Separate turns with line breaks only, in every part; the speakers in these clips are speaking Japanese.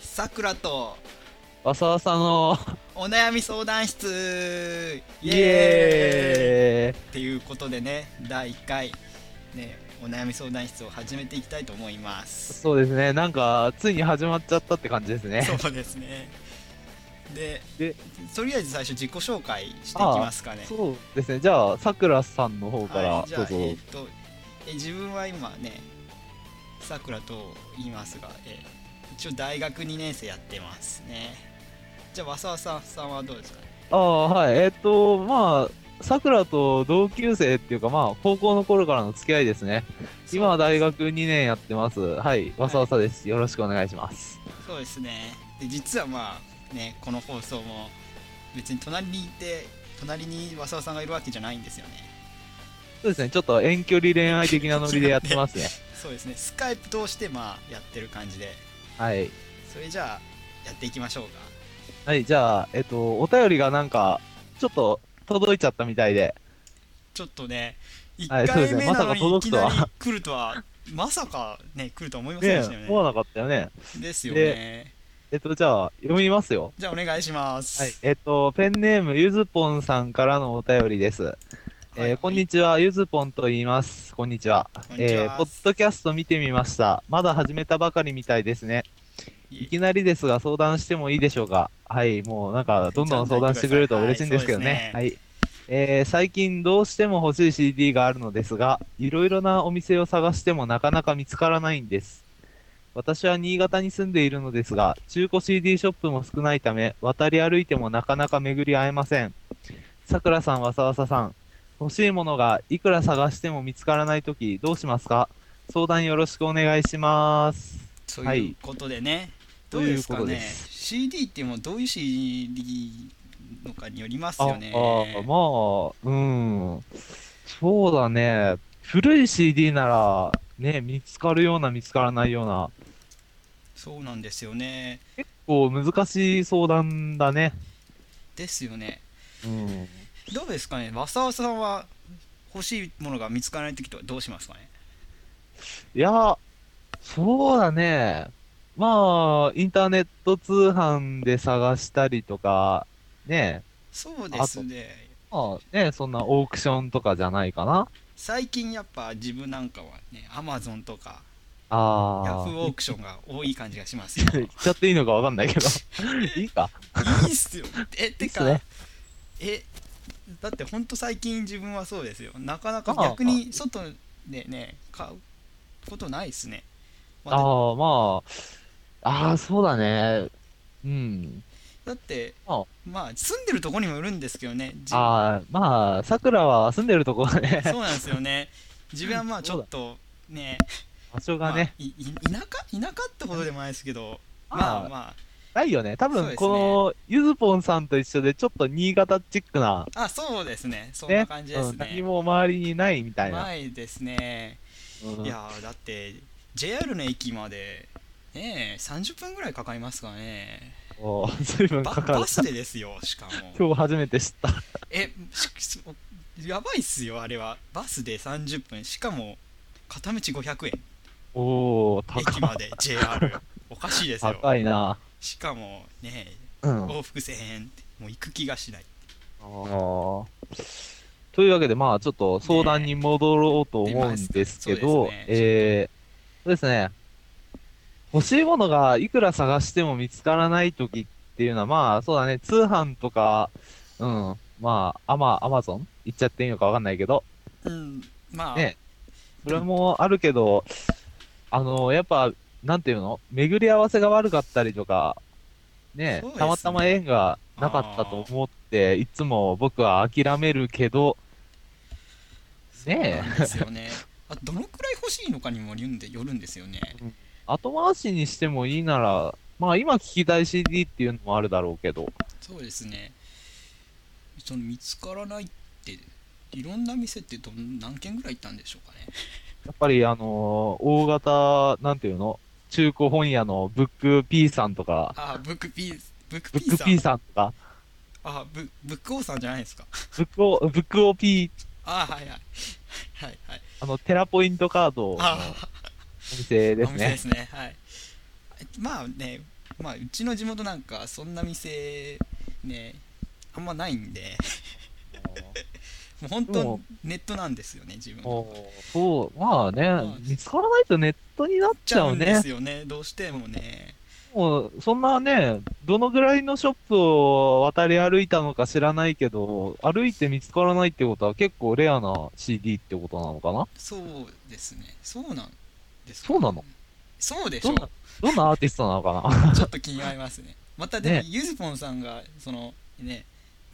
さくらと
わさわさの
お悩み相談室
イエ
っていうことでね第1回ねお悩み相談室を始めていきたいと思いま
ーイ
す
そうですね、なんか、ついに始まっちゃったって感じですね。
そうですねで
で
とりあえず最初自己紹介していきますかね
そうですね、じゃあ、さくらさんの方から、
はい、じゃあ
どう
え
ぞ
っ。とえ自分は今ねさくらと言いますが、え一応大学2年生やってますねじゃあわさわささんはどうですかね
ああ、はい、えっ、と、まあ、さくらと同級生っていうか、まあ、高校の頃からの付き合いですね。今は大学2年やってます。はい、わさわさです。よろしくお願いします。
そうですねで実はまあねこの放送も別に隣にいて隣にわさわさんがいるわけじゃないんですよね
そうですね、ちょっと遠距離恋愛的なノリでやってますね。
そうですねスカイプ通してまあやってる感じで
はい。
それじゃあやっていきましょうか
はい、じゃあ、えっ、と、お便りがなんか、ちょっと届いちゃったみたいで。
ちょっとね、1
はいそうで
回
すね
目なの
まさか
にい
届
き
くと
な
は
り来るとは、まさかね、来るとは思いません
ね
でしたよね。
思わなかったよね。
ですよね。
えっと、じゃあ、読みますよ。
じゃあお願いします。
はい。えっと、ペンネーム、ゆずぽんさんからのお便りです。
はい
えーこんにちは、ゆずぽんと言います。こんにちは。
こんにちは
えーポッドキャスト見てみました。まだ始めたばかりみたいですね。いきなりですが、相談してもいいでしょうか。はい、もうなんか、どんどん相談してくれると嬉しいんですけどね。
は
はい。えー最近どうしても欲しい CD があるのですが、いろいろなお店を探してもなかなか見つからないんです。私は新潟に住んでいるのですが、中古 CD ショップも少ないため、渡り歩いてもなかなか巡り会えません。さくらさん、わさわささん、欲しいものがいくら探しても見つからないとき、どうしますか相談よろしくお願いします。
と
はい
いうことでね、ど
と
う
い
で
う
す
こ
か
とで
ね
す。
CD ってもうどういう CD のかによります
あ
よね。
あ、まあ、うん。そうだね。古い CD なら、ね、見つかるような見つからないような、
そうなんですよね。
こう、難しい相談だね。
ですよね。
うん。
どうですかね、わさわささんは欲しいものが見つからないときとはどうしますかね。
いや、そうだね。まあ、インターネット通販で探したりとか、ね、
そうですね。
まあね、そんなオークションとかじゃないかな。
最近やっぱ自分なんかはね、アマゾンとか
ああ。
ヤフーオークションが多い感じがしますよ。
言っちゃっていいのかわかんないけど。いいか。
いいっすよ。え、てか、
いいっす
え、だってほんと最近自分はそうですよ。なかなか
ああ
逆に外でね、買うことないっすね。まあ
ああ、まあ、ああ、そうだね。うん。
だって
ああ、
まあ住んでるとこにもいるんですけどね。じ
ああ、まあ、さくらは住んでるとこがね、
そうなんですよね。自分はまあちょっとね、
場所
ま
が
あ
ね、
いい田舎田舎ってほどでもないですけど、まあまあ、
ないよね。多
そうです
分、
ね
この、ゆずぽんさんと一緒で、ちょっと新潟チックな、
あ、そうですね。そん
ね
な感じです
うん何
ね。
も周りにないみたいな。
ないですね。
うん
いやーだって JR の駅までねえ30分ぐらいかかりますからね
そう随分
バ
かかる
バ。スでですよしかも
今日初めて知った。
えしやばいっすよあれはバスで30分しかも片道500円
おお、
駅
高
まで JR おかしいですよ
高いな。
しかもね
うん。あ
往復1000円ってもう行く気がしない
ーというわけで、まあ、ちょっと相談に戻ろうと思うんですけど、
ね
えー、そうですね。欲しいものがいくら探しても見つからないときっていうのは、まあ、そうだね、通販とか、うん、まあ、アマ、アマゾン行っちゃっていいのかわかんないけど、
うんまあ、
ねそれもあるけど、あの、やっぱ、なんていうの巡り合わせが悪かったりとか、ね
そうですね
たまたま縁がなかったと思って、いつも僕は諦めるけど、ね
なんですよねあどのくらい欲しいのかにもよるんでよるんですよね
後回しにしてもいいなら、まあ今聞きたい CD っていうのもあるだろうけど、
そうですねその見つからないっていろんな店ってどん何軒ぐらい行ったんでしょうかね
やっぱりあのー大型、なんていうの中古本屋のブック P さんとか、
あブックピーブック
ブ
ピ
ッ
ー
ク
さ
P
ん
さんとか、
あブブックオーさんじゃないですか
ブックオ、ブックオ P、
あはいはいはいはい
あの、テラポイントカードのお
あ
店で
お
す
店
ね
で。すねはいまあねまあうちの地元なんかそんな店ねあんまないんでもう本
で
当
も
ネットなんですよね自分
おーそう、まあね、見つからないとネットになっち
ちゃ
ゃ
う
うん
で
ね。
すよねどうしてもね
もう、そんなね、どのぐらいのショップを渡り歩いたのか知らないけど、歩いて見つからないってことは結構レアな CD ってことなのかな
そうですねそうなんですか
そうなの
そうでし
ど
ょ
んな、どんなアーティストなのか な
ちょっと気になりますねまたでも、
ね
ゆずぽんさんがそのね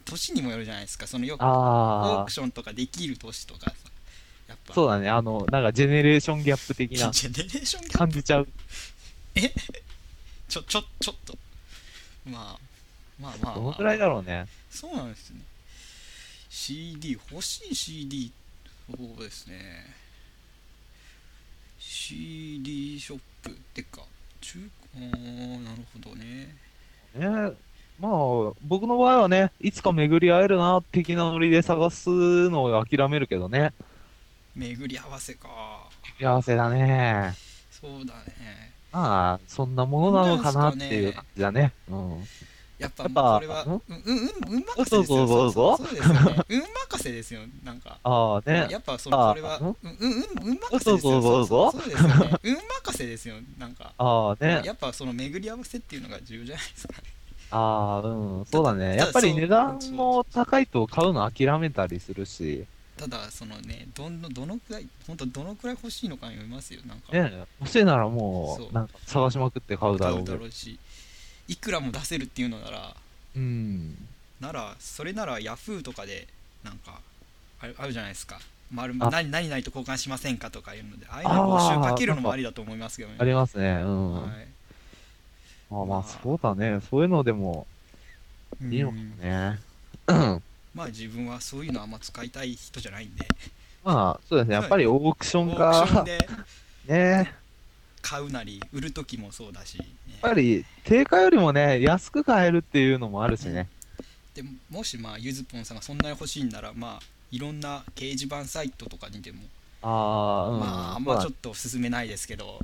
年にもよるじゃないですかそのよくオー
あ
ク
あ、
ションとかできる年とかさやっぱ
そうだね、あの、なんかジェネレーションギャップ的な
ジェネレーションギャップ
感じちゃう。
ちょちょちょっとまあまあまあ、まあ、
どのくらいだろうね。
そうなんですね CD 欲しい CD そうですね CD ショップってか中古あーなるほどね
ね、まあ、僕の場合はね、いつか巡り会えるな、的なノリで探すのを諦めるけどね。
巡り合わせか
幸せだね。
そうだね
まあ、そんなものなのかなっていう感じだね。うん。
やっぱ
やっぱ
これはうんうん
ん
うんうん任せです
そう
よ
そうそ
そ
うそう
うですよね運任せですよなんか
ああね。
やっぱそれ
あ
それは
うん
うんうんうんうん任せです
そ
よ
うそうそうそう
そうですよ ね運任せですよなんか
ああね。
やっぱその巡り合わせっていうのが重要じゃないですかね。
ああ、うん。そうだね。
た
やっぱり
そう
値段も高いと買うの諦めたりするし、
ただそのねどのどのくらい本当どのくらい欲しいのかによりますよなんか。
ね。欲しいならも
そう
う、なんか探しまくって買うだろ
買
う
う
け
だ
ど
ろ。うしいくらも出せるっていうのなら
うん。
ならそれならヤフーとかでなんかあるあるじゃないですか。丸
あ
何何々と交換しませんかとかいうのでああいうの募集かけるのもありだと思いますけどね。
ありますね。うん。
はい
まあまあ、そうだね。そういうのでもいいのかもね。
まあ自分はそういうのあんま使いたい人じゃないんで、
まあ、そうですね。やっぱりオークショ
オ
ン
ークション
が、
で
ね、やっ
買うなり売る時もそうだし、ね
ぱり定価よりもね、安く買えるっていうのもあるしね。
でもしまあゆずぽんさんがそんなに欲しいんならまあいろんな掲示板サイトとかにでも、
ああ、うん。
まああんまちょっとおすすめないですけど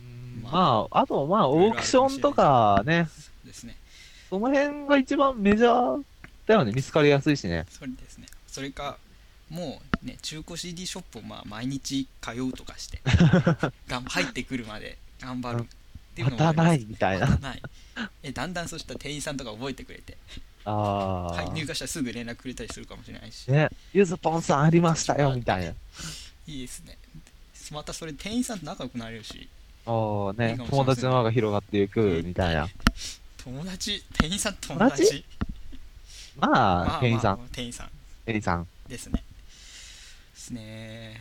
うん
まあ
まあ、あと、まあ、オークションとかね、
そうですね
その辺が一番メジャーだよね。見つかりやすいしね。
それですねそれかもうね中古 CD ショップをまあ毎日通うとかして がん入ってくるまで頑張るっていう
ま
のもあ
た
ります
ないみたい
ま
な。
たないえだんだんそうしたら店員さんとか覚えてくれて、
あ
はい、入
あ。
荷したらすぐ連絡くれたりするかもしれないし
ね、ゆずぽんさんありましたよ、みたいな。
いいですねまたそれ店員さんと仲良くなれるし
おー
いい
ね
かもしれません、
友達の輪が広がっていく、みたいな。
友達店員さん友達
友まあ、店員さん、
店員さん
店員さん。
ですねですね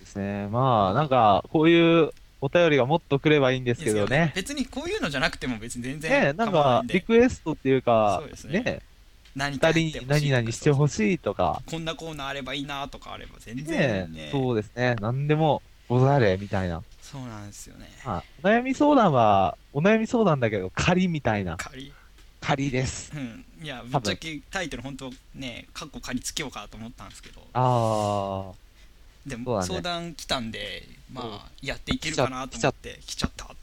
ですね。まあ、なんか、こういうお便りがもっと来ればいいんです
で
け
す
ど
よ
ね。
別にこういうのじゃなくても別に全
ね
然
なん
構わな
か
いん、で、
リクエストっていうか
そうです、ね
ね、
何か
二
やっ
人
てほしい
に何々してほしいとか、
こんなコーナーあればいいなとかあれば全
ね
然ね
そうですね。何でもござれ、みたいな。
そうなんですよね
まあ、お悩み相談は、お悩み相談だけど、仮みたいな。
仮
仮です。
うんいやぶ
多
っ
分
ちゃけタイトル本当ねカッコ仮つけようかと思ったんですけど
あ
で
そう
も、
だね
相談来たんでまあやっていけるかなと思って来ちゃったって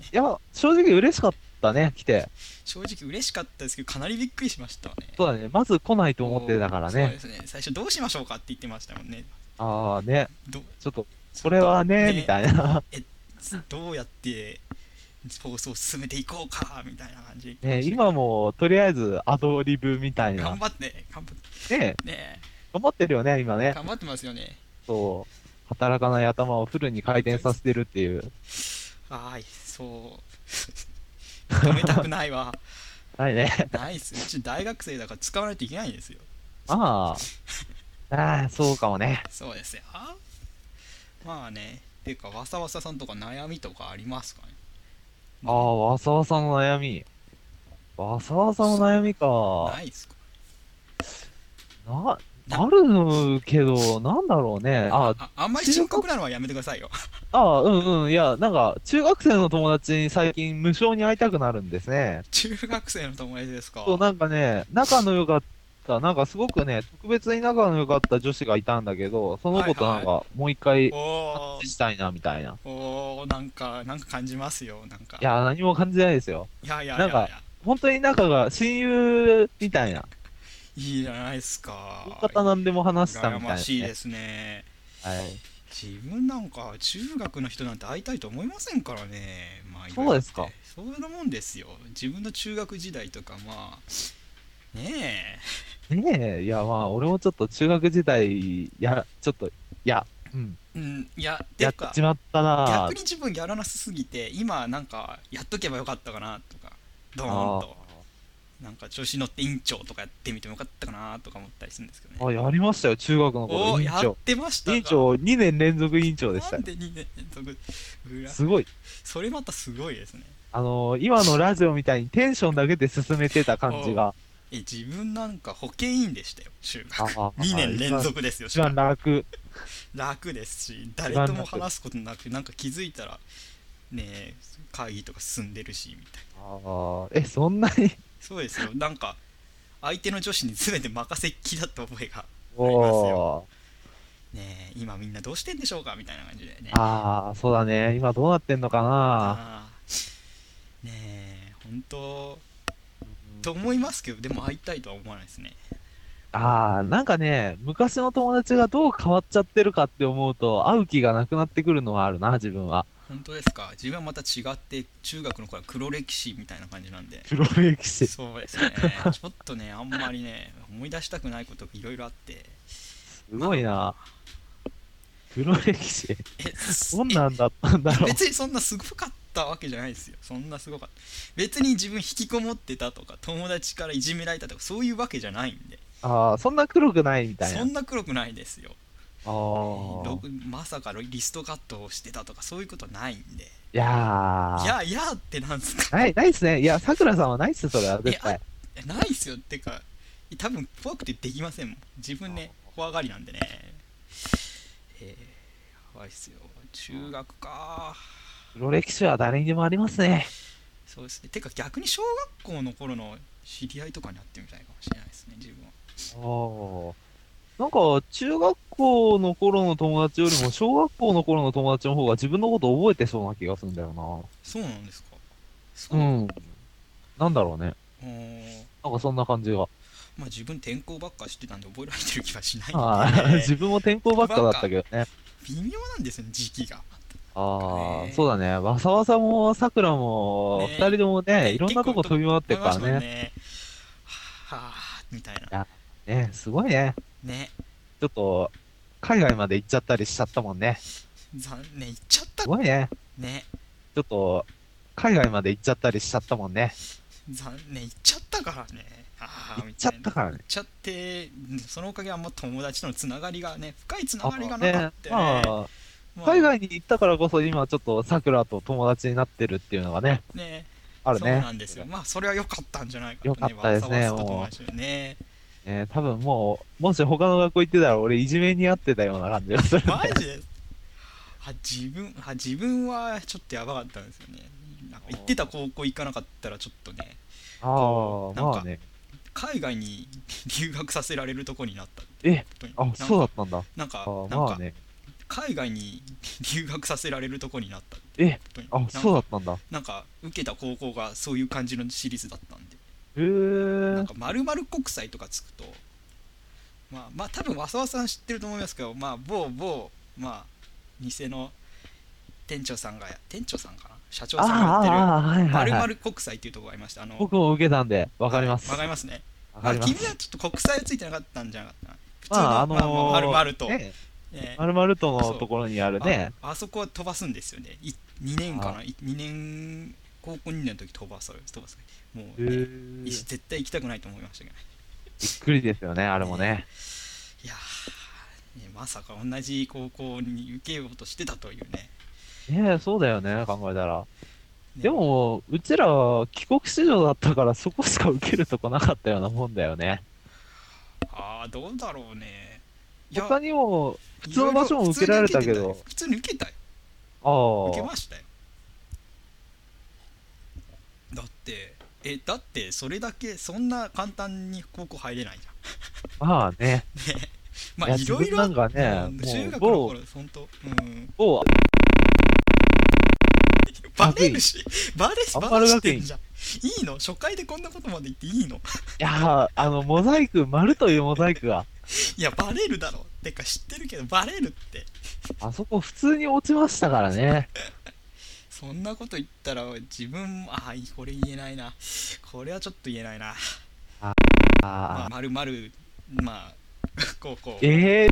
ー。いや、正直嬉しかったね、来て。
正直嬉しかったですけどかなりびっくりしましたね
そうだね。まず来ないと思ってたからね。
そうですね最初どうしましょうかって言ってましたもんね
ああね。
ど
ちょっと、これはね、
ね
みたいな。
どうやって放送を進めていこうかみたいな感じ
ね、今も、とりあえず、アドリブみたいな
頑。張って頑張っ
ね、
てね
頑張ってるよね、今ね。
頑張ってますよね
そう。働かない頭をフルに回転させてるっていう。
はーいそう止めたくないわ
はい ね。
ないっすうち大学生だから使わないといけないんですよ
まあ、ああ、そうかもね。
そうですよまあねていうかわさわささんとか悩みとかありますかね
ああ、わさわさの悩み。わさわさの悩みか。
ないっすか
な、
な
あるけど、なんだろうね。あ
ああんまり深刻なのはやめてください よ
あ、うんうん。いや、なんか、中学生の友達に最近無償に会いたくなるんですね。
中学生の友達ですか
そう、なんかね、仲の良かった、なんかすごくね、特別に仲の良かった女子がいたんだけど、その子となんか、もう一回、
お
したいな、みたいな。
ーおそうなんかなんか感じますよなんか
いや、何も感じないですよ。
いやいやい
な
や
ん
い
か
や
本当に仲が親友みたいな。
いいじゃないですか
言い方何でも話した
羨
みたいな、
ま
ね。
しいですね
はい。
自分なんか中学の人なんて会いたいと思いませんからね、まあ、
そうですか
いろいろってそんなもんですよ自分の中学時代とかまあね
ねえ、いやまあ俺もちょっと中学時代、や、ちょっと、いや、うん、
えうんいやて
や
いう
っ
か
ちまったな
逆に自分やらなさすぎて今なんかやっとけばよかったかなとかドーン
あ
となんか調子乗って委員長とかやってみてもよかったかなとか思ったりするんですけどね
あ、やりましたよ、中学の頃、
お
委員
やっ
長。
てました
委
か
員長、2年連続委員長でした
な
よ
ん。で2年連続うら
すごい。
それまたすごいですね
あのー今のラジオみたいにテンションだけで進めてた感じが、
え自分なんか保健委員でしたよ中学
あああ
2年連続ですよ
一番楽。
楽ですし
番
誰
楽
とも話すことなくなんか気づいたらねえ会議とか進んでるしみたいな
あーえ、そんなに
そう ですよなんか相手の女子に全て任せっきりだった覚えが
おー
ねえ今みんなどうしてんでしょうかみたいな感じでね
ああ、そうだね。今どうなってんのかな
あーねえ本当と思いますけどでも会いたいとは思わないですね
ああ、なんかね、昔の友達がどう変わっちゃってるかって思うと、会う気がなくなってくるのはあるな、自分は。
本当ですか自分はまた違って中学の頃は黒歴史みたいな感じなんで
黒歴史。
そうですねちょっとねあんまり ね思い出したくないこといろいろあって
すごいな。黒歴史。
え
どんなんだったんだろう。
別にそんなすごかったわけじゃないですよそんなすごかった別に自分引きこもってたとか友達からいじめられたとかそういうわけじゃないんで
ああ、そんな黒くないみたいな。
そんな黒くないですよ
ああ
ろ。まさかリストカットをしてたとかそういうことないんで
いやー。
いやいやってなんすか
ない、ないっすね。いや、さくらさんはないっす、それは、絶
い
対。
えないっすよってか多分怖くてできませんもん自分ね怖がりなんでねえー、やばいっすよ中学か
黒歴史は誰にでもありますね。
そうですねてか逆に小学校の頃の知り合いとかに会ってみたいかもしれないですね自分は
おなんか、中学校の頃の友達よりも、小学校の頃の友達の方が自分のこと覚えてそうな気がするんだよ
そうなんですかそ
な。うん。なんだろうね。
うーん
なんかそんな感じが。
まあ自分転校ばっかしてたんで覚えられてる気はしな
あ
いんで
あ、
ね、
自分も転校ばっかだったけどね。
微妙なんですよね時期が
あ
ね
あ、そうだね。わさわさもさくらも、
ね
二人ともね、
ね
いろんなとこ飛び回ってるから
思いますもん
ね。
ねはあみたいな
ね、すごいね。
ね
ちょっと、海外まで行っちゃったりしちゃったもんね。
残念行っちゃった
すごいね。
ね
ちょっと、海外まで行っちゃったりしちゃったもんね。
残念行っちゃったからねああ
行っ
み
ち
たい
ゃ
な
ったからね
行。っちゃってうんそのおかげはあんま友達とのつながりがね深いつな
あ
がりがなかったよね
ねま
まあ
あ、海外に行ったからこそ今ちょっとさくらと友達になってるっていうのがね、
ね
ある
そう
ね
な。んですよまあそれは良かったんじゃないかとね
良かったですね
わざわざと友達でね
えー多分もう、もし他の学校行ってたら俺いじめにあってたような感じがする。
マジであ自分あ自分はちょっとやばかったんですよねなんか行ってた高校行かなかったらちょっとね
ああ、
なんか
まあね。
海外に 留学させられるとこになったって
え
ことに
あ、そうだったんだ。あ
なんか
ー
なん
ま
か
あね。
海外に留学させられるとこになったって
え
ことに
あ、そうだったんだ。
なんか受けた高校がそういう感じのシリーズだったんで
へ
なん
ー
か丸々国際とかつくとまあまあ多分わさわさん知ってると思いますけどまあ某某まあ店の店長さんが店長さんかな社長
あー
さんがやってる
あー、はい
ま
はい、
る
は
ま
い。
る国際っていうところがありましたあの
僕も受けたんで、わかります。
わか
わか
りますね
りま
あ君
す。
はちょっと国際はついてなかったんじゃなかったかな普通の、
ま
ま
あ
あ
あのー
まあるまると、
ね、
ね
まるまるとのところにあるね。
ああそこは飛ばすんですよねい2年かな
あ
い2年高校2年の時飛ばされ飛ばされも
へ
う、ね
ー
いし絶対行きたくないと思いましたけど
びっくりですよね、あれもね。
いやー、ねまさか同じ高校に受けようとしてたというね。
ねえ、そうだよね、考えたら。
ね
で、も、うちらは帰国子女だったから、そこしか受けるとこなかったようなもんだよね。
ああ、どうだろうね。いや
他にも、普通の場所も受けられたけ
いろいろ
ど、
普通に受けたよ。
あ
普通に受けたよ。受け
あ、
ましたよ。だって、え、だってそれだけそんな簡単に高校入れないじゃん。
まあね。
まあ、
いや
いろい
自分
ろ
な
あっ
んかね、
中学の
もう
頃、本当、うん、
某、某
バレるし、バレし、
アン
バ
パ
レ
ル
して
学
ん
院
じゃん。いいの初回でこんなことまで言っていいの
いやー、あの、モザイク、丸というモザイクが、
いや、バレるだろ。てか知ってるけど、バレるって。
あそこ普通に落ちましたからね。
そんなこと言ったら、自分、あ、これ言えないな。これはちょっと言えないな。ま
あ
あ、まるまる、まあ、 こうこう。
ーえ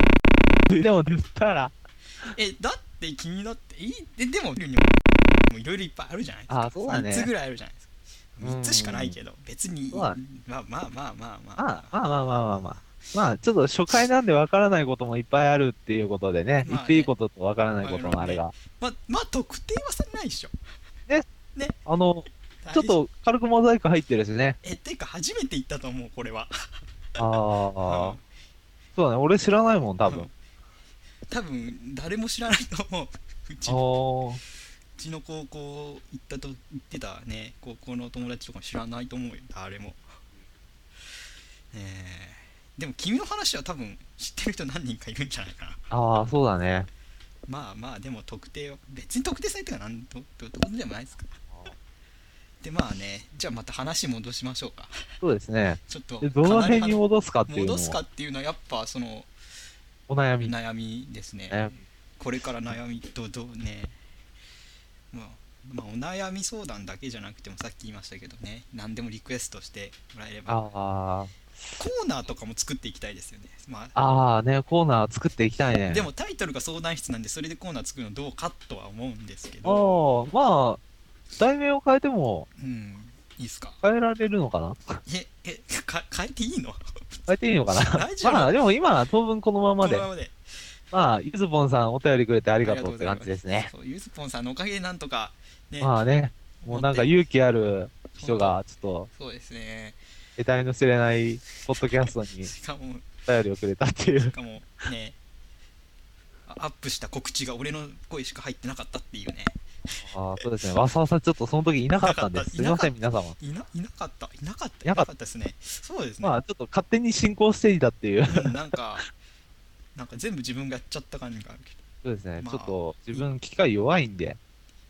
ー、でも言ったら、
え、だって君だって、いいえ、でも、いろいろいっぱいあるじゃないですか。
あーそうだね
3つぐらいあるじゃないですか。3つしかないけど、別に、
そうだね
まあまあまあまあまあ
ま。あまあまあまあまあまあ。まあ、ちょっと初回なんでわからないこともいっぱいあるっていうことで
まあ
ね、
ね
言っていいこととわからないこともあれが。
まあ、まあ、特定はされないでしょ。
あの、ちょっと軽くモザイク入ってるしね。
えていうか初めて行ったと思うこれは
ああ、
うん
そうだね、俺知らないもん、多
う
分
ん。多分誰も知らないと思う うち
あ
う
ー
ちの高校行ったと行ってたね高校の友達とかも知らないと思うよ誰もえーでも君の話は多分知ってる人何人かいるんじゃないかな
あー、そうだね。
まあまあでも特定は別に特定されてはなんとどうってことでもないですからでまあねじゃあまた話戻しましょうか
そうですね。
ちょっと
でどの辺
かな
に
り
戻すかっていうの
戻
も
すかっていうのはやっぱその
お悩み。
悩みですね
ね
これから悩みとどうね、まあ、まあお悩み相談だけじゃなくてもさっき言いましたけどね何でもリクエストしてもらえれば
あ
コーナーとかも作っていきたいですよね、ま
あ、ああね、コーナー作っていきたい
あ、
ね。
でもタイトルが相談室なんでそれでコーナー作るのどうかとは思うんですけど、
ああ、まあ、題名を変えても
うん、いいですか
変えられるのかない
ええか変えていいの
変えていいのか
大丈夫
なまあ、でも今は当分このまま
こ
で
の。ままで
まあ、ゆずぽんさんお便りくれてあ
あ
りがとうって感じですね。
そうゆずぽんさんのおかげでなんとかね、
まあね、もうなんか勇気ある人が、ちょっと、
そうですね
得体の知れないポッドキャストに
しかも
お便りをくれたっていう
し。かもねあアップした告知が俺の声しか入ってなかったっていうね
ああ、そうですね。わさわさちょっとその時いなかったんです。す
い
い
な
ま
か
せ
っ
ん、皆様。
いないなかったいなかった
いなかった
ですねそうですね、
まあ、ちょっと勝手に進行していたっていう。
うんなんかなんか全部自分がやっちゃった感じがあるけど
そうですね。
まあ
ちょっと、自分機械弱いんで、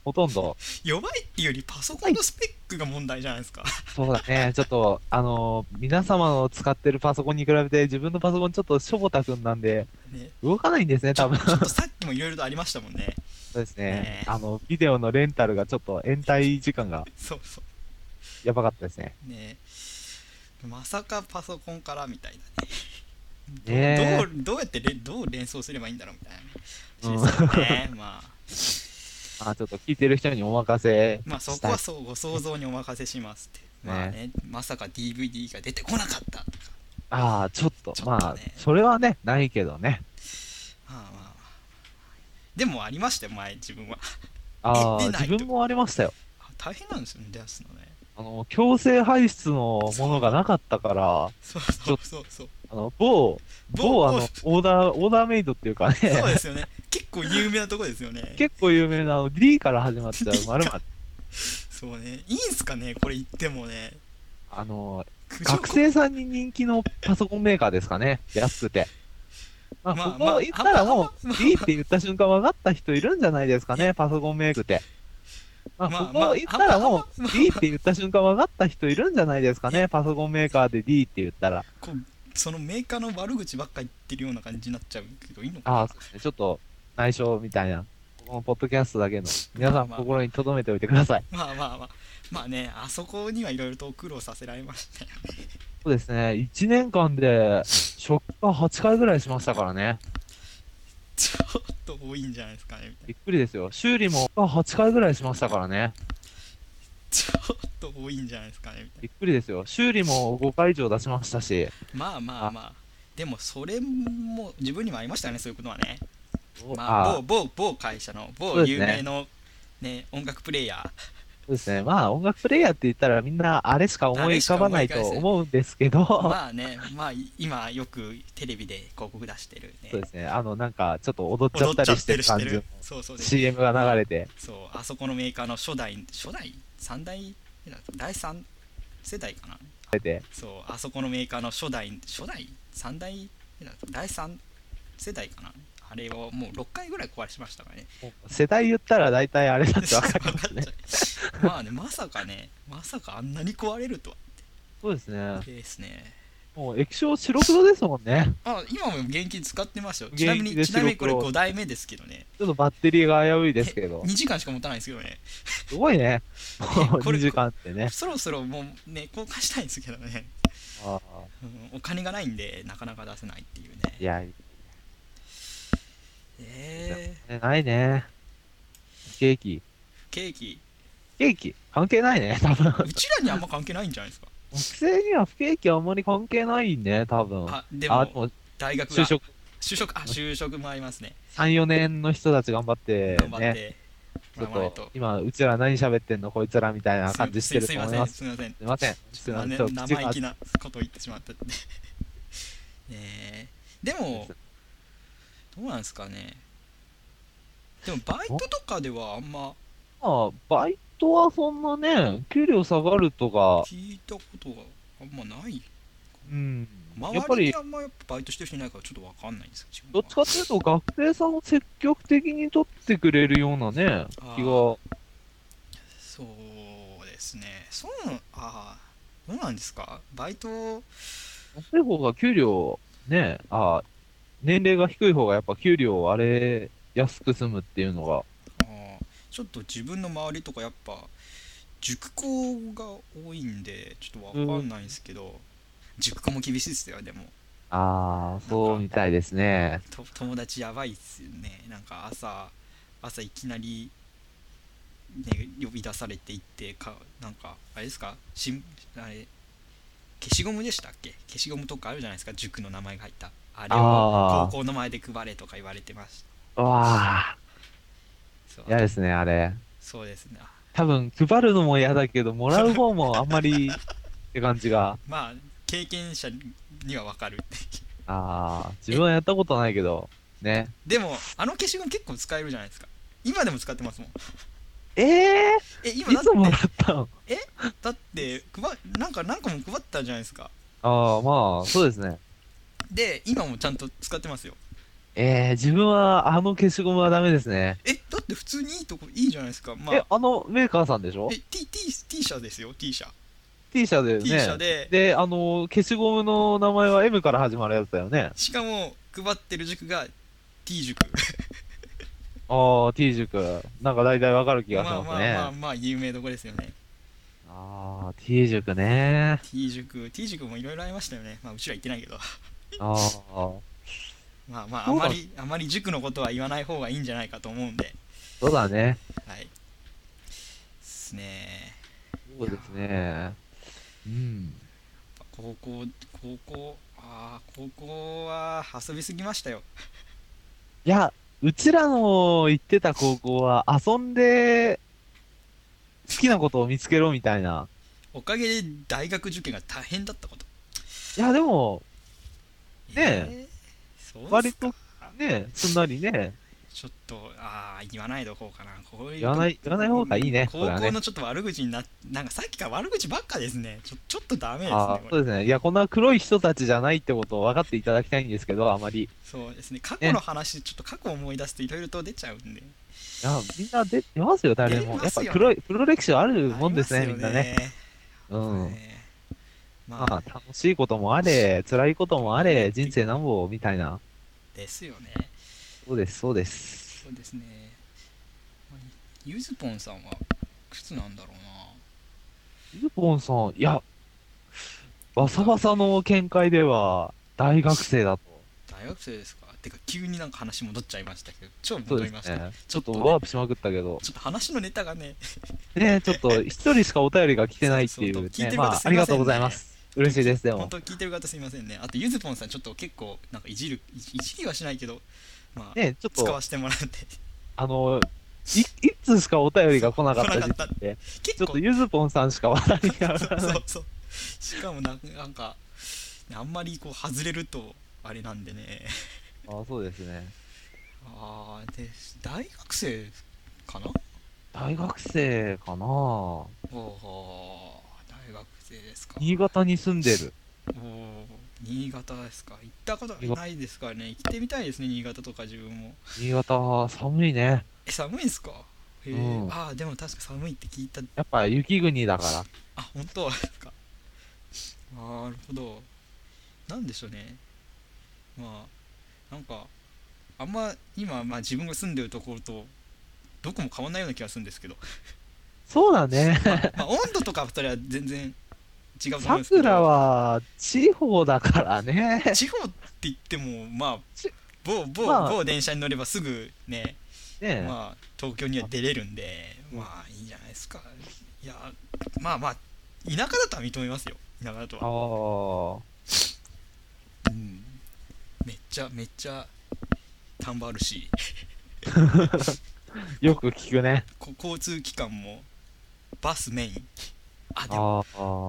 ほとんど、
弱いっていうよりパソコンのスペックが問題じゃないですか、
そうだね。ちょっと、あのー皆様の使ってるパソコンに比べて、自分のパソコンちょっとしょぼたくんなんで、
ね、
動かないんですね、
ちょ
多分。
ちょっとさっきもいろいろとありましたもんね
そうです
ね
ね。あの、ビデオのレンタルがちょっと延滞時間が
そうそ
やばかったですね。
うねまさかパソコンからみたいなね
ね
どうどうやってれどう連想すればいいんだろうみたいな話ですよね、 まあ
まあ、ちょっと聞いてる人にお任せ
まあそ
し
こ
たい
は。そうご想像にお任せしますって、まあねまさか DVD が出てこなかったとか
ああ、ちょっと、
ちょっとね
まあ、それはね、ないけどね。
まあまあまあでもありましたよ前自分は
ああ、
出ないと
自分もありましたよ。
あ大変なんですよね出すのね
あの、強制排出のものがなかったから、
そうそうそうそう
あの、某、某あの、オーダー、オーダーメイドっていうかね、
そうですよね結構有名なとこですよね
結構有名なあの D から始 まっちゃう
D
まるまる
そうねいいんすかねこれ言ってもね
あの
苦情
学生さんに人気のパソコンメーカーですかね安くてまあ、
まあ
こ
ま
こ
あ
言ったらも
あんま
う D って言った瞬間分かった人いるんじゃないです かねパソコンメークってまあ、
まあ
ここ言ったらも
まあ
う D って言った瞬間分かった人いるんじゃないですかねパソコンメーカーで D って言ったら
こうそのメーカーの悪口ばっか言ってるような感じになっちゃうけどいいのか
ああそうですねちょっと内緒みたいなこのポッドキャスト だけの皆さん心に留めておいてください
まあまあまあまあねあそこにはいろいろと苦労させられましたよ
そうですね1年間で食感8回ぐらいしましたからね
ちょっと多いんじゃないですかねみたいな
びっくりですよ。修理もあ8回ぐらいしましたからね。
ちょっと多いんじゃないですかねみたい
びっくりですよ。修理も5回以上出しましたし。
なまあまあまあでもそれも自分にもありましたねそういうことはね、まあ、
あ、
某某某会社の
そ
某
うで
有
すね
名の、ね音楽プレイヤー
そうですね。まあ音楽プレイヤーって言ったらみんなあれしか思い浮かばないと思うんですけど、
まあねまあい今よくテレビで広告出してるね
そうですね。あのなんかちょっと踊っちゃ
踊
っ
ったちゃ
り
っ
してて
る
る
し
感
て
じの
るそうそうです
CM が流れて。
そうあそこのメーカーの初代初代3代第3世代かな
出て
そうあそこのメーカーの初代初代3代第3世代かなあれをもう6回ぐらい壊しましたからね。
世代言ったら大体あれだってわかり
わ
ま
かっ
すね
ち。ゃ うまあね、まさかね、まさかあんなに壊れるとは。
そうですね。
ですね。
もう液晶白黒ですもんね。
あ、今も現金使ってますよ。
現
ちなみ
金
に、
で
ちなみにこれ
白黒
5代目ですけどね。
ちょっとバッテリーが危ういですけど
2。時間しか持たないんですけどね。
すごいね。もう
これ
2時間ってね。
そろそろもうね、交換したいんですけどね。
ああ
うんお金がないんで、なかなか出せないっていう
い
ね。
や、
えー、
ないね。ケーキ。
ケーキ。
ケーキ関係ないね、多分。
うちらにあんま関係ないんじゃ ないですか。
学生には不景気あんまり関係ないね、多分。
あ、で
あ、
も、
もう
大学が
就。職
就職、あ、就職もありますね。
3、4年の人たち頑張って、
頑張っ
ね。
て。
ちょ
頑張らない
っと、今、うちら何喋ってんのこいつらみたいな感じしてると思います。
すいません、す
すいません。
い
すい
ま
ま
せん。ち
せん。ち
ょ
ょ
っと
っと
生意気なことを言ってしまったって。ね えでも、どうなんですかね。でも、バイトとかではあんま
まあ、バイトはそんなね、給料下がるとか、
聞いたことがあんまない。
うん。やっぱ
周り
り
にあ、んまやっぱバイトしてる人いないからちょっとわかんないんですけ
どっちかっていうと、学生さんを積極的に取ってくれるようなね、
あー
気が。
そうですね。そうな、ああ、どうなんですかバイト、
安い方が給料、ね、あ年齢が低い方がやっぱ給料をあれ、安く済むっていうのが、
あーちょっと自分の周りとかやっぱ塾校が多いんでちょっとわかんないんですけど、塾校も厳しいですよでも
ああ、そうみたいですね。
と友達やばいっすよねなんか朝朝いきなり、ね、呼び出されて行ってかなんかあれですかしんあれ消しゴムでしたっけ消しゴムとかあるじゃないですか塾の名前が入ったあれ
あ
を
ー
高校の前で配れとか言われてまし
わあ、
たそう
嫌ですね、あれ。
そうですねあ
多分、配るのも嫌だけど、もらう方もあんまりって感じが。
まあ経験者にはわかるっていう
ああ、自分はやったことないけど、ね。
でもあの消しゴム結構使えるじゃないですか今でも使ってますもん
ええ
え今
い
だっ
つもら
て
ったの
だって配なんか何個も配ったじゃないですか
ああ、まあ、そうですね。
で今もちゃんと使ってますよ
ええ自分はあの消しゴムはダメですね。
えだって普通にいいとこいいじゃないですかま
え
あ、
あのメーカーさんでしょ
え T, T, T 社ですよ T 社
?T 社だよ
T
ね。
社で
で、あの、消しゴムの名前は M から始まるやつだよね。
しかも配ってる塾が T 塾
ああ、T 塾。なんか大体わかる気がし
まあ
ま
ますあ
ね。
まあまあ有名どこですよね
ああ、T 塾ね。
T 塾 T 塾もいろいろありましたよねまあうちら行ってないけど
ああ、
まあまああ
そうだ
まりあまり塾のことは言わない方がいいんじゃないかと思うんで
そうだね。
はいですね
そうですね。うん。
高校高校ああ高校は遊びすぎましたよ
いや、うちらの行ってた高校は遊んで、好きなことを見つけろみたいな。
おかげで大学受験が大変だったこと
いや、でも、ね
えーそうっ
割
すか
とね、すんなりね、
ちょっとああ言わないでおこうかなこういう
言わない、言わない方がいいね、こ
高
れは
校
ね。
のちょっと悪口にななんかさっきから悪口ばっかですねちょちょっとダメですね
あー
こ
そ
れ
うですね。いや、こんな黒い人たちじゃないってことを分かっていただきたいんですけど、あまり。い
そうですね過去の話、ちょっと過去を思い出すといろいろと出ちゃうんで
や、みんな出出ますよ、誰も。
出
や
ま
っ
すよ
ぱ黒い、黒歴史はあるもんです
あ
ね、
り
みん
ま
なね。う
よ
ん。
ねま
ま
あ
あ、楽しいこともあれ、辛いこともあれ、人生なんぼ、みたいな。
ですよね
そうです、そうです。
そうですね。まあゆゆずぽんさんは、靴なんだろう
ゆずぽんさん、いや、バサバサの見解では、大学生だと。
な。大学生ですかてか、急になんか話戻っちゃいましたけど、超
そう
戻
で
りまし
す
た。
ね。
ち
ち
ょ
ょ
っ
っ
と
と
ね
ワープしまくったけど。
ちょっと話のネタがね、
ねちょっ と、一人しかお便りが来てないってい
そう
う
そう聞いて
ね。
る方
ます
いません
あ、ありがとうございます。嬉しいです、で
本
も。
当聞いてる方すいませんね。あと、ゆずぽんさん、ちょっと結構、なんかいじる、いじいじりはしないけど、まあ、
ねちょっ
使
と
わ、せてもらっ て、
あの、い、いつしかお便りが来なかった
来
時
なかった
期で、ち
結
ょっと
構、
ゆずぽんさんしか話題が上
そ
が
う
ら
そ。
ないう
そう。しかもなん、なんか、あんまりこう、外れると、あれなんでね。
あ、そうですね。
ああ、で、大学生かな
大学生かなぁ
おお大学生ですか
新潟に住んでる。
おお新潟ですか行ったことがないですからね行ってみたいですね新潟とか自分も
新潟は寒いね。
え寒いんすかへえ、
うん
ああでも確か寒いって聞いた
やっぱ雪国だから。
あ本当ですか なるほどなんでしょうねまあなんかあんま今、まあ、自分が住んでるところとどこも変わんないような気がするんですけど、
そうだね。
まあ、温度とかそれは全然違うと思うんですけど
桜は地方だからね。
地方って言ってもまあ
ち
某某,、
まあ
某電車に乗ればすぐね、
ね
まあ、東京には出れるんでまあいいんじゃないですかいやまあまあ田舎だとは認めますよ田舎だと
あ
は、
あ。
うん、めっちゃめっちゃ田んぼあるし
よく聞くね。
こ交通機関もバスメインあでも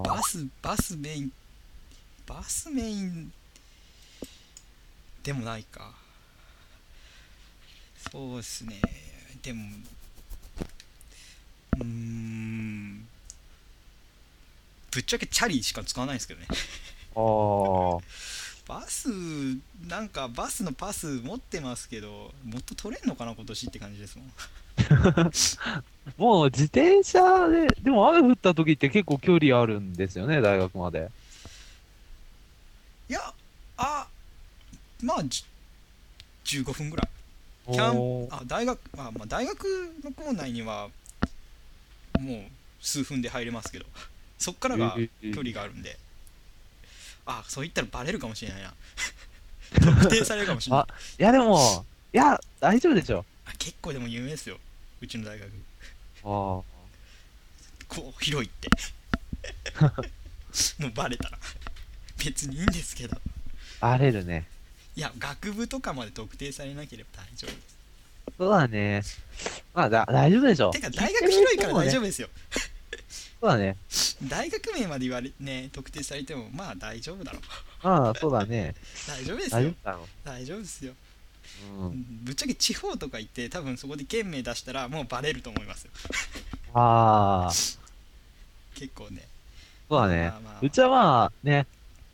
ああ。
バスバスメインバスメインでもないかそうですねでもうーんぶっちゃけチャリしか使わないんですけどね
ああ。
バスなんかバスのパス持ってますけどもっと取れんのかな今年って感じですもん
もう自転車で、でも雨降った時って結構距離あるんですよね、大学まで。
いやあまあじ15分ぐらい
お
キャン
ー
あ大学あ、まあ、大学の校内にはもう数分で入れますけど そっからが
えー
距離があるんで、あそう言ったらバレるかもしれない な特定されるかもしれない
あいやでも、いや、大丈夫でしょ。
あ結構でも有名ですようちの大学
あ
こう広いって もうバレたら別にいいんですけど
あ。荒れるね。
いや学部とかまで特定されなければ大丈夫です
そうだね。まあ、だ大丈夫でしょ。
てか大学広いから大丈
夫。
夫ですよ
そうだね。
大学名まで言われね特定されてもまあ大丈夫だろう
まあ、そうだね。
大丈夫です
大丈
よ
夫だろ
大丈夫ですよ、
う。うん。
ぶっちゃけ地方とか行って多分そこで県名出したらもうバレると思いますよ
ああ、そ
結構ね
うだね
まあまあ。
うちはまあ、ね、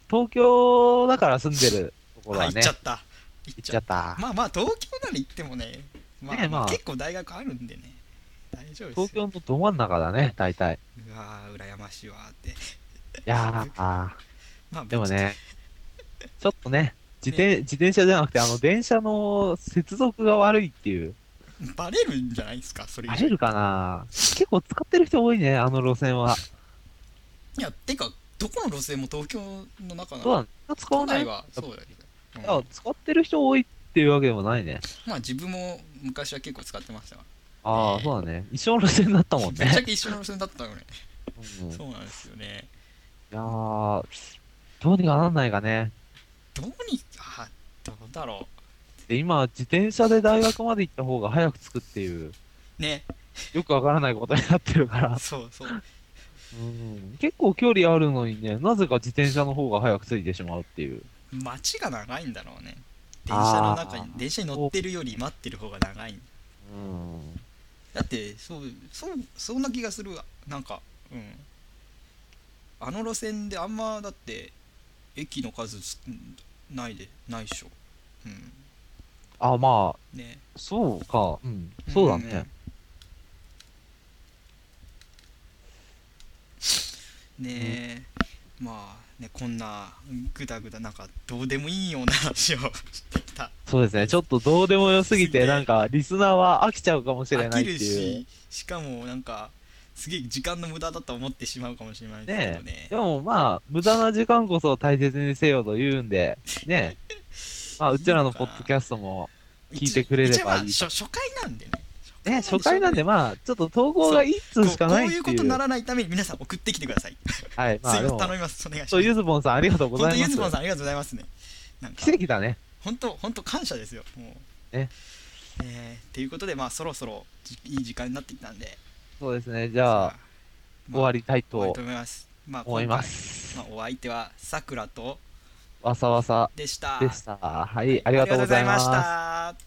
東京だから住んでるところ
あ
は
行
ね、
っちゃ
行っ
った行っ
ちゃった。
まあまあ東京なら行ってもね,、まあ
ねえまあ
結構大学あるんでね大丈夫ですよ
東京のど真ん中だね、大体。
うわー羨ましいわーって
いやー、あ
まあ
ーでも ね、ちょっとね、自転自転車じゃなくて、あの、電車の接続が悪いっていう。
バレるんじゃないですかそれ以
あ
上
れ
い
るかな結構使ってる人多いね、あの路線は。
やてかどこの路線も東京の中な
そう
の
だね。使う
都内
ね。
はそうだけど、う
あ
ん
使ってる人多いっていうわけでもないね。
まあ自分も昔は結構使ってましたから
ああ、そうだね。一緒の路線だったもん
ぶ っちゃ
ね。
け一緒の路線だったよね
うん、い
そうなんですよね
やー、どうにかなんないかね。
どうにかどうだろ
で、今、自転車で大学まで行った方が早く着くっていう、
うね
よくわからないことになってるから。
そうそう
うん結構距離あるのにね、なぜか自転車の方が早く着いてしまうっていう。
街が長いんだろうね電車の
あー
中に電車に乗ってるより待ってる方が長い
うん。
だってそうそうそんな気がするわなんかうんあの路線であんまだって駅の数すないでないでしょうん
あ、まあ、
ね
そうか。うん。そうだね。
うんねえ、まあねこんなぐだぐだなんかどうでもいいような話を してきた
そうですね。ちょっとどうでもよすぎ
す
て、
ぎて
なんか、リスナーは飽きちゃうかもしれない
飽き
って
る
いう。
ししかもなんかすげえ時間の無駄だと思ってしまうかもしれないですけどね
でもまあ、無駄な時間こそ大切にせよと言うんで、ね。 まあ、うちらのポッドキャストも、聞いてくれれば
一応まあ
いい
初初回なんでね
ね、初回なんで、まあ、ちょっと投稿が1
こう
通しかない
こう
っ
いう
て
こ
い
と
う。
にならないために皆さん送ってきてください。
はい、ま あ、
すい
で
ません
も、
頼みます。お願いし
そう、
ま
ゆ
す。
ずぼんさん、ありがとうご
本
ざ
当
い
ゆ
ます。
ずぽんさんありがとうございますね。なんか
奇跡だね。
本当本当感謝ですよ。もう。
ね
えー、ということでまあそろそろじいい時間になってきたんで。
そうですね。じゃあ、終わりたい
終わり
と
と思います。まあ
思いま。す。
今回まあお相手はさくらと
わさわさ
でした。
でした。はい、ありがとうございま
あり
す
がとうございま。した。